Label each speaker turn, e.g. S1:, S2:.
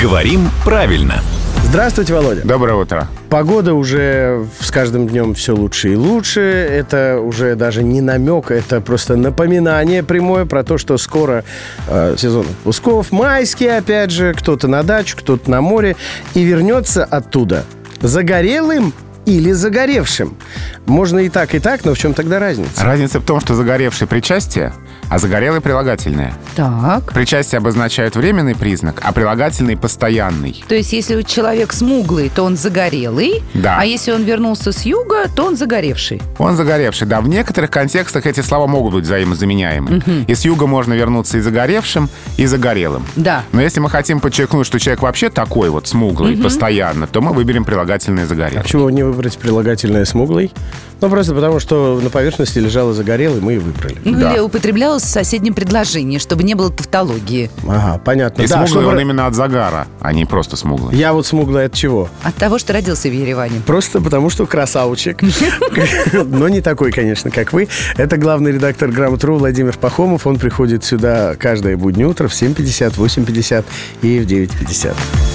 S1: Говорим правильно.
S2: Здравствуйте, Володя.
S3: Доброе утро.
S2: Погода уже с каждым днем все лучше и лучше. Это уже даже не намек, это просто напоминание прямое про то, что скоро э, сезон отпусков, майский опять же, кто-то на дачу, кто-то на море, и вернется оттуда загорелым или загоревшим. Можно и так, и так, но в чем тогда разница?
S3: Разница в том, что загоревший причастие, а загорелый прилагательное.
S4: Так.
S3: Причастие обозначает временный признак, а прилагательный постоянный.
S4: То есть, если человек смуглый, то он загорелый.
S3: Да.
S4: А если он вернулся с юга, то он загоревший.
S3: Он загоревший. Да, в некоторых контекстах эти слова могут быть взаимозаменяемы. И с юга можно вернуться и загоревшим, и загорелым.
S4: Да.
S3: Но если мы хотим подчеркнуть, что человек вообще такой вот смуглый постоянно, то мы выберем прилагательное загорелый.
S2: Почему не выбрать прилагательное смуглый? Ну, просто потому, что на поверхности лежало загорелый, мы и выбрали.
S4: Ну или употреблялось в соседнем предложении, чтобы не было тавтологии.
S2: Ага, понятно.
S3: И
S2: Да,
S3: смуглый
S2: чтобы-
S3: он именно от загара, а не просто смуглый.
S2: Я вот смуглый от чего?
S4: От того, что родился в Ереване.
S2: Просто потому, что красавчик. Но не такой, конечно, как вы. Это главный редактор «Грамотру» Владимир Пахомов. Он приходит сюда каждое буднее утро в 7.50, 8.50 и в 9.50.